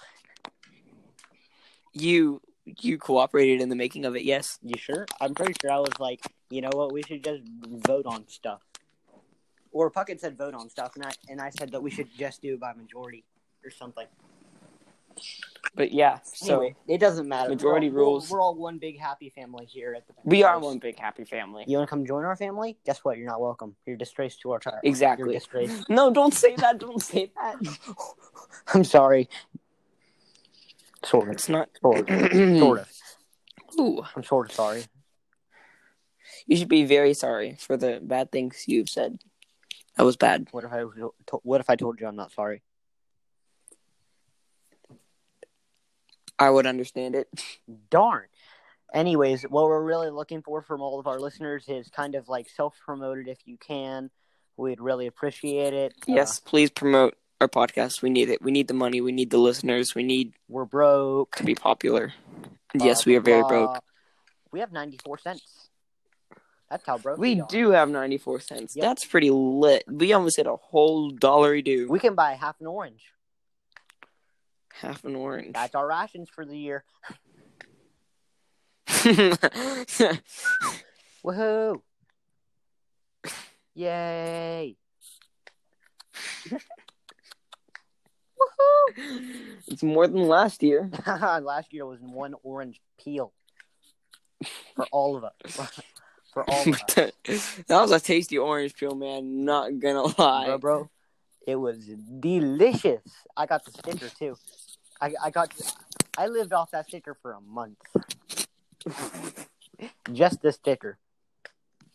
[SPEAKER 3] You you cooperated in the making of it, yes.
[SPEAKER 1] you sure i'm pretty sure i was like you know what we should just vote on stuff or Puckett said vote on stuff, and I, and I said that we should just do it by majority or something.
[SPEAKER 3] But yeah, so
[SPEAKER 1] Anyway, it doesn't matter. We're
[SPEAKER 3] majority
[SPEAKER 1] all- we're all-
[SPEAKER 3] rules.
[SPEAKER 1] We're all one big happy family here at the.
[SPEAKER 3] we are
[SPEAKER 1] House.
[SPEAKER 3] one big happy family.
[SPEAKER 1] You want to come join our family? Guess what? You're not welcome. You're disgraced to our tribe. You're
[SPEAKER 3] Exactly.
[SPEAKER 1] disgraced.
[SPEAKER 3] No, don't say that. Don't say that.
[SPEAKER 1] I'm sorry. Sort of.
[SPEAKER 3] It's not.
[SPEAKER 1] Sort of. Sort of.
[SPEAKER 3] Ooh.
[SPEAKER 1] I'm sort of sorry.
[SPEAKER 3] You should be very sorry for the bad things you've said. That was bad.
[SPEAKER 1] What if I was- to- what if I told you I'm not sorry?
[SPEAKER 3] I would understand it.
[SPEAKER 1] Darn. Anyways, what we're really looking for from all of our listeners is kind of like self promoted if you can. We'd really appreciate it. Uh,
[SPEAKER 3] Yes, please promote our podcast. We need it. We need the money. We need the listeners. We need
[SPEAKER 1] we're broke.
[SPEAKER 3] to be popular.
[SPEAKER 1] blah,
[SPEAKER 3] yes, we are very
[SPEAKER 1] blah,
[SPEAKER 3] broke.
[SPEAKER 1] blah. Uh, We have 94 cents. That's how broke
[SPEAKER 3] We
[SPEAKER 1] are.
[SPEAKER 3] do have 94 cents.
[SPEAKER 1] Yep.
[SPEAKER 3] That's pretty lit. We almost hit a whole dollar due.
[SPEAKER 1] We can buy half an orange.
[SPEAKER 3] Half an orange.
[SPEAKER 1] That's our rations for the year. Woohoo! Yay!
[SPEAKER 3] it's more than last year.
[SPEAKER 1] Last year was one orange peel. for all of us. for all of us.
[SPEAKER 2] But that, that was a tasty orange peel, man. Not gonna lie.
[SPEAKER 1] bro, bro. It was delicious. I got the sticker too. I I got I lived off that sticker for a month. Just the sticker.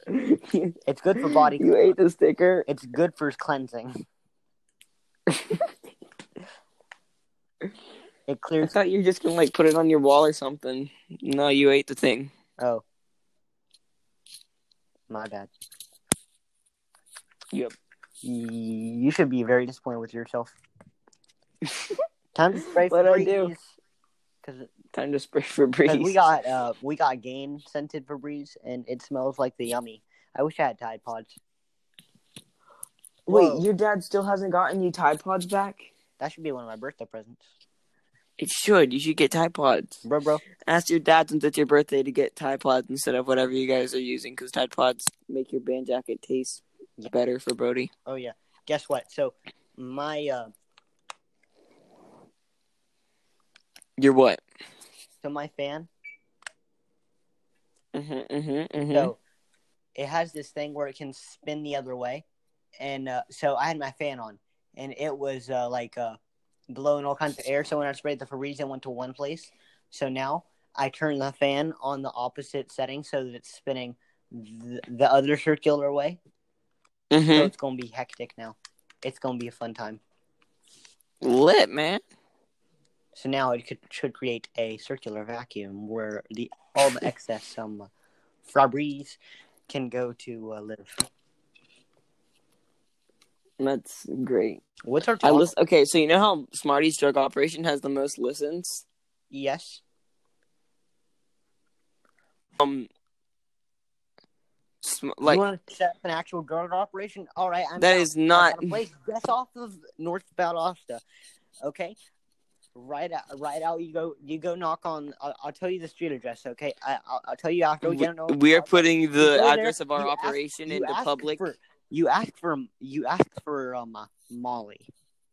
[SPEAKER 1] It's good for body.
[SPEAKER 2] You ate the sticker.
[SPEAKER 1] It's good for cleansing. it
[SPEAKER 2] I
[SPEAKER 1] clears.
[SPEAKER 2] thought you were just gonna like put it on your wall or something. No, you ate the thing.
[SPEAKER 1] Oh, my bad.
[SPEAKER 2] Yep.
[SPEAKER 1] You should be very disappointed with yourself. Time to spray for
[SPEAKER 2] What'd I do?
[SPEAKER 1] Because
[SPEAKER 2] Time to spray for
[SPEAKER 1] Because
[SPEAKER 2] breeze.
[SPEAKER 1] we got uh we got gain scented Febreze and it smells like the yummy. I wish I had Tide Pods.
[SPEAKER 2] Wait,
[SPEAKER 1] Whoa.
[SPEAKER 2] your dad still hasn't gotten you Tide Pods back?
[SPEAKER 1] That should be one of my birthday presents.
[SPEAKER 2] It should. You should get Tide Pods.
[SPEAKER 1] Bro bro.
[SPEAKER 2] Ask your dad since it's your birthday to get Tide Pods instead of whatever you guys are using because Tide Pods make your band jacket taste better for Brody.
[SPEAKER 1] Oh yeah. Guess what? So my uh
[SPEAKER 2] You're what?
[SPEAKER 1] so my fan,
[SPEAKER 2] Mm-hmm, mm-hmm,
[SPEAKER 1] so it has this thing where it can spin the other way. And uh, so I had my fan on and it was uh, like uh blowing all kinds of air. So when I sprayed the Febreze it went to one place. So now I turn the fan on the opposite setting so that it's spinning th- the other circular way. So
[SPEAKER 2] mm-hmm.
[SPEAKER 1] it's gonna be hectic now. It's gonna be a fun time.
[SPEAKER 2] Lit, man.
[SPEAKER 1] So now it could should create a circular vacuum where the all the excess um Febreze can go to uh, live.
[SPEAKER 2] That's great.
[SPEAKER 1] What's our
[SPEAKER 2] I
[SPEAKER 1] top?
[SPEAKER 2] list- Okay, so you know how Smarties Drug Operation has the most listens?
[SPEAKER 1] yes.
[SPEAKER 2] Um, sm- like,
[SPEAKER 1] you want to set up an actual drug operation? All right, I'm
[SPEAKER 2] that
[SPEAKER 1] down.
[SPEAKER 2] is
[SPEAKER 1] I
[SPEAKER 2] not.
[SPEAKER 1] got a place just off of North Valdosta. Okay. Right out, right out. You go, you go knock on. I'll, I'll tell you the street address. Okay, I, I'll, I'll tell you after we
[SPEAKER 2] We,
[SPEAKER 1] get on.
[SPEAKER 2] we are putting
[SPEAKER 1] go
[SPEAKER 2] the
[SPEAKER 1] there,
[SPEAKER 2] address of our
[SPEAKER 1] you ask-
[SPEAKER 2] operation
[SPEAKER 1] you
[SPEAKER 2] in the
[SPEAKER 1] ask
[SPEAKER 2] public.
[SPEAKER 1] for- you ask for you ask for um uh, Molly.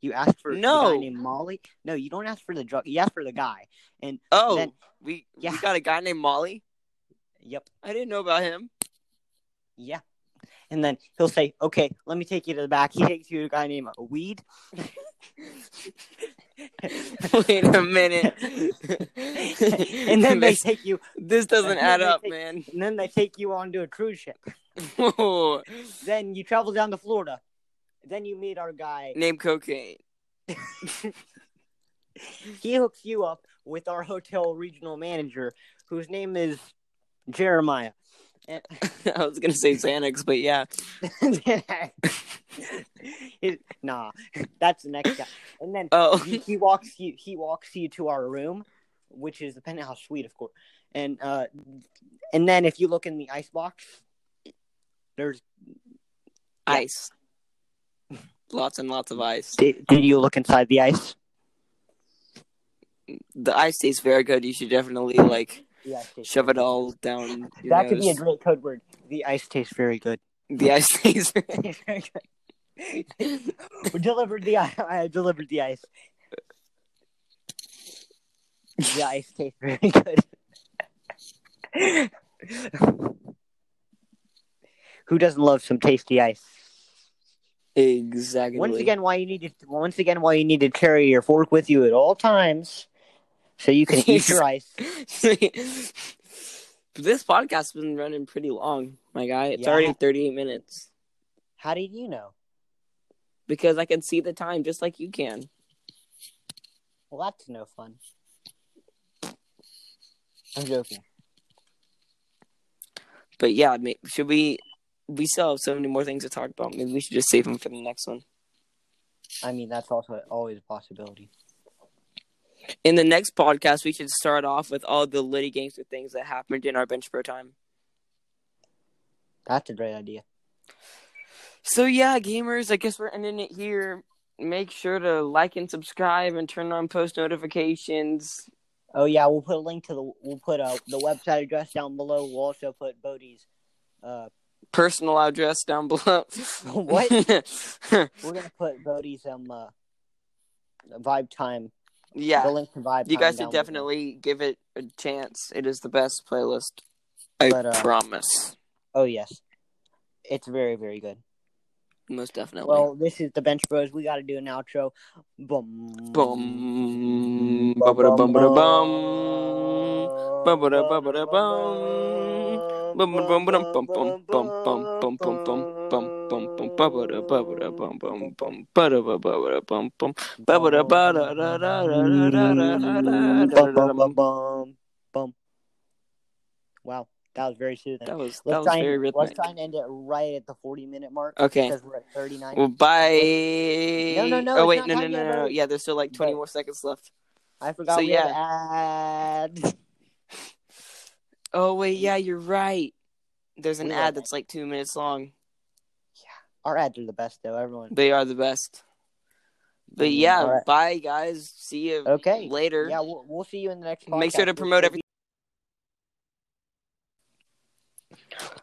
[SPEAKER 1] You ask for the
[SPEAKER 2] No.
[SPEAKER 1] guy named Molly. No, you don't ask for the drug. You ask for the guy.
[SPEAKER 2] Oh,
[SPEAKER 1] then-
[SPEAKER 2] we
[SPEAKER 1] Yeah.
[SPEAKER 2] we got a guy named Molly.
[SPEAKER 1] Yep.
[SPEAKER 2] I didn't know about him.
[SPEAKER 1] Yeah. And then he'll say, "Okay, let me take you to the back." He takes you to a guy named Weed.
[SPEAKER 2] Wait a minute.
[SPEAKER 1] and then they
[SPEAKER 2] this,
[SPEAKER 1] take you.
[SPEAKER 2] this doesn't
[SPEAKER 1] and then
[SPEAKER 2] add
[SPEAKER 1] they
[SPEAKER 2] up,
[SPEAKER 1] take-
[SPEAKER 2] man.
[SPEAKER 1] And then they take you onto a cruise ship.
[SPEAKER 2] Whoa.
[SPEAKER 1] Then you travel down to Florida. Then you meet our guy.
[SPEAKER 2] Name cocaine.
[SPEAKER 1] He hooks you up with our hotel regional manager, whose name is Jeremiah.
[SPEAKER 2] I was gonna say Xanax, but yeah.
[SPEAKER 1] It- nah, that's the next guy. And then
[SPEAKER 2] Oh,
[SPEAKER 1] he, he walks you. He walks you to our room, which is the penthouse suite, of course. And uh, and then if you look in the ice box, there's.
[SPEAKER 2] ice. Lots and lots of ice.
[SPEAKER 1] Did, did you look inside the ice?
[SPEAKER 2] The ice tastes very good. You should definitely like
[SPEAKER 1] Yeah,
[SPEAKER 2] shove it all down. Your
[SPEAKER 1] that could be a
[SPEAKER 2] nose.
[SPEAKER 1] great code word. The ice tastes very good.
[SPEAKER 2] the ice tastes.
[SPEAKER 1] delivered the ice. I delivered the ice. The ice tastes very good. Who doesn't love some tasty ice?
[SPEAKER 2] exactly.
[SPEAKER 1] Once again, why you need to once again why you need to carry your fork with you at all times, so you can eat your ice.
[SPEAKER 2] this podcast's been running pretty long, my guy. It's
[SPEAKER 1] Yeah.
[SPEAKER 2] already 38 minutes
[SPEAKER 1] How did you know?
[SPEAKER 2] because I can see the time just like you can.
[SPEAKER 1] Well, that's no fun. I'm joking.
[SPEAKER 2] But yeah, ma- should we? We still have so many more things to talk about. Maybe we should just save them for the next one.
[SPEAKER 1] I mean, that's also always a possibility.
[SPEAKER 2] In the next podcast, we should start off with all the litty games and things that happened in our bench pro time.
[SPEAKER 1] That's a great idea.
[SPEAKER 2] So yeah, gamers, I guess we're ending it here. Make sure to like and subscribe and turn on post notifications.
[SPEAKER 1] Oh yeah, we'll put a link to the we'll put uh, the website address down below. We'll also put Bodie's. Uh,
[SPEAKER 2] Personal address down below.
[SPEAKER 1] What? we're gonna put Bodie's um uh, vibe time.
[SPEAKER 2] yeah.
[SPEAKER 1] The link to vibe.
[SPEAKER 2] You
[SPEAKER 1] Time
[SPEAKER 2] guys
[SPEAKER 1] down
[SPEAKER 2] should
[SPEAKER 1] below.
[SPEAKER 2] definitely give it a chance. It is the best playlist. I
[SPEAKER 1] But, uh,
[SPEAKER 2] promise.
[SPEAKER 1] Oh yes, it's very very good.
[SPEAKER 2] Most definitely.
[SPEAKER 1] Well, this is the Bench Bros. We got to do an outro. Boom.
[SPEAKER 2] Boom. Ba-ba-da, ba-ba-da, bum. Ba-ba-da, ba-ba-da, bum. Ba-ba-da, ba-ba-da, bum, bum, bum, bum, bum, bum, bum, bum, bum, bum, ba-ba-da, ba-ba-da, bum, bum, bum, ba-da, ba-ba-da, bum, bum, ba-ba-da, ba-da, da, da, da, da, da, da, da, da, da, da, da, da.
[SPEAKER 1] Bum-bum-bum-bum. Bum. Wow, that was very soothing.
[SPEAKER 2] That was that
[SPEAKER 1] Let's
[SPEAKER 2] was
[SPEAKER 1] try,
[SPEAKER 2] very
[SPEAKER 1] and, let's
[SPEAKER 2] rhythmic.
[SPEAKER 1] try and end it right at the 40 minute mark.
[SPEAKER 2] Okay.
[SPEAKER 1] Because we're at 39.
[SPEAKER 2] Well, bye.
[SPEAKER 1] No, no, no,
[SPEAKER 2] Oh
[SPEAKER 1] it's not
[SPEAKER 2] wait, no, no,
[SPEAKER 1] time
[SPEAKER 2] no,
[SPEAKER 1] yet,
[SPEAKER 2] no, no.
[SPEAKER 1] bro.
[SPEAKER 2] Yeah, there's still like 20 more seconds left.
[SPEAKER 1] I forgot
[SPEAKER 2] so,
[SPEAKER 1] we had to add.
[SPEAKER 2] Oh wait, yeah, you're right. There's an
[SPEAKER 1] We are
[SPEAKER 2] ad that's like two minutes long.
[SPEAKER 1] Our ads are the best, though, everyone.
[SPEAKER 2] They are the best. But
[SPEAKER 1] Mm,
[SPEAKER 2] yeah,
[SPEAKER 1] alright.
[SPEAKER 2] bye guys. See you
[SPEAKER 1] Okay.
[SPEAKER 2] later.
[SPEAKER 1] Yeah, we'll, we'll see you in the next
[SPEAKER 2] Make sure to
[SPEAKER 1] podcast.
[SPEAKER 2] promote every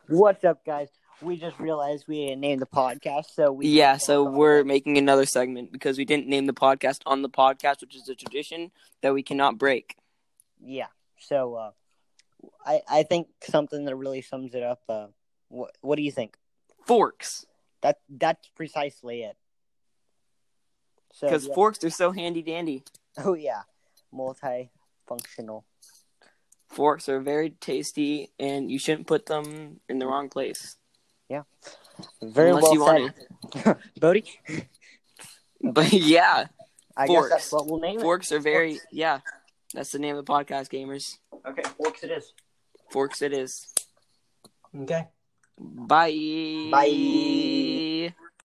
[SPEAKER 1] What's up, guys? We just realized we didn't name the podcast, so we.
[SPEAKER 2] Yeah, so we're making another segment because we didn't name the podcast on the podcast, which is a tradition that we cannot break.
[SPEAKER 1] yeah so uh i i think something that really sums it up uh what what do you think
[SPEAKER 2] Forks.
[SPEAKER 1] that that's precisely it so
[SPEAKER 2] Because
[SPEAKER 1] yeah.
[SPEAKER 2] forks are so handy dandy.
[SPEAKER 1] oh yeah multifunctional
[SPEAKER 2] Forks are very tasty and you shouldn't put them in the wrong place.
[SPEAKER 1] very
[SPEAKER 2] Unless
[SPEAKER 1] well
[SPEAKER 2] you
[SPEAKER 1] said
[SPEAKER 2] want
[SPEAKER 1] bodie
[SPEAKER 2] But yeah,
[SPEAKER 1] i
[SPEAKER 2] Forks.
[SPEAKER 1] guess that's what we'll name
[SPEAKER 2] forks are very yeah. That's the name of the podcast, gamers.
[SPEAKER 1] it okay forks it is
[SPEAKER 2] Forks it is.
[SPEAKER 1] okay
[SPEAKER 2] Bye.
[SPEAKER 1] Bye.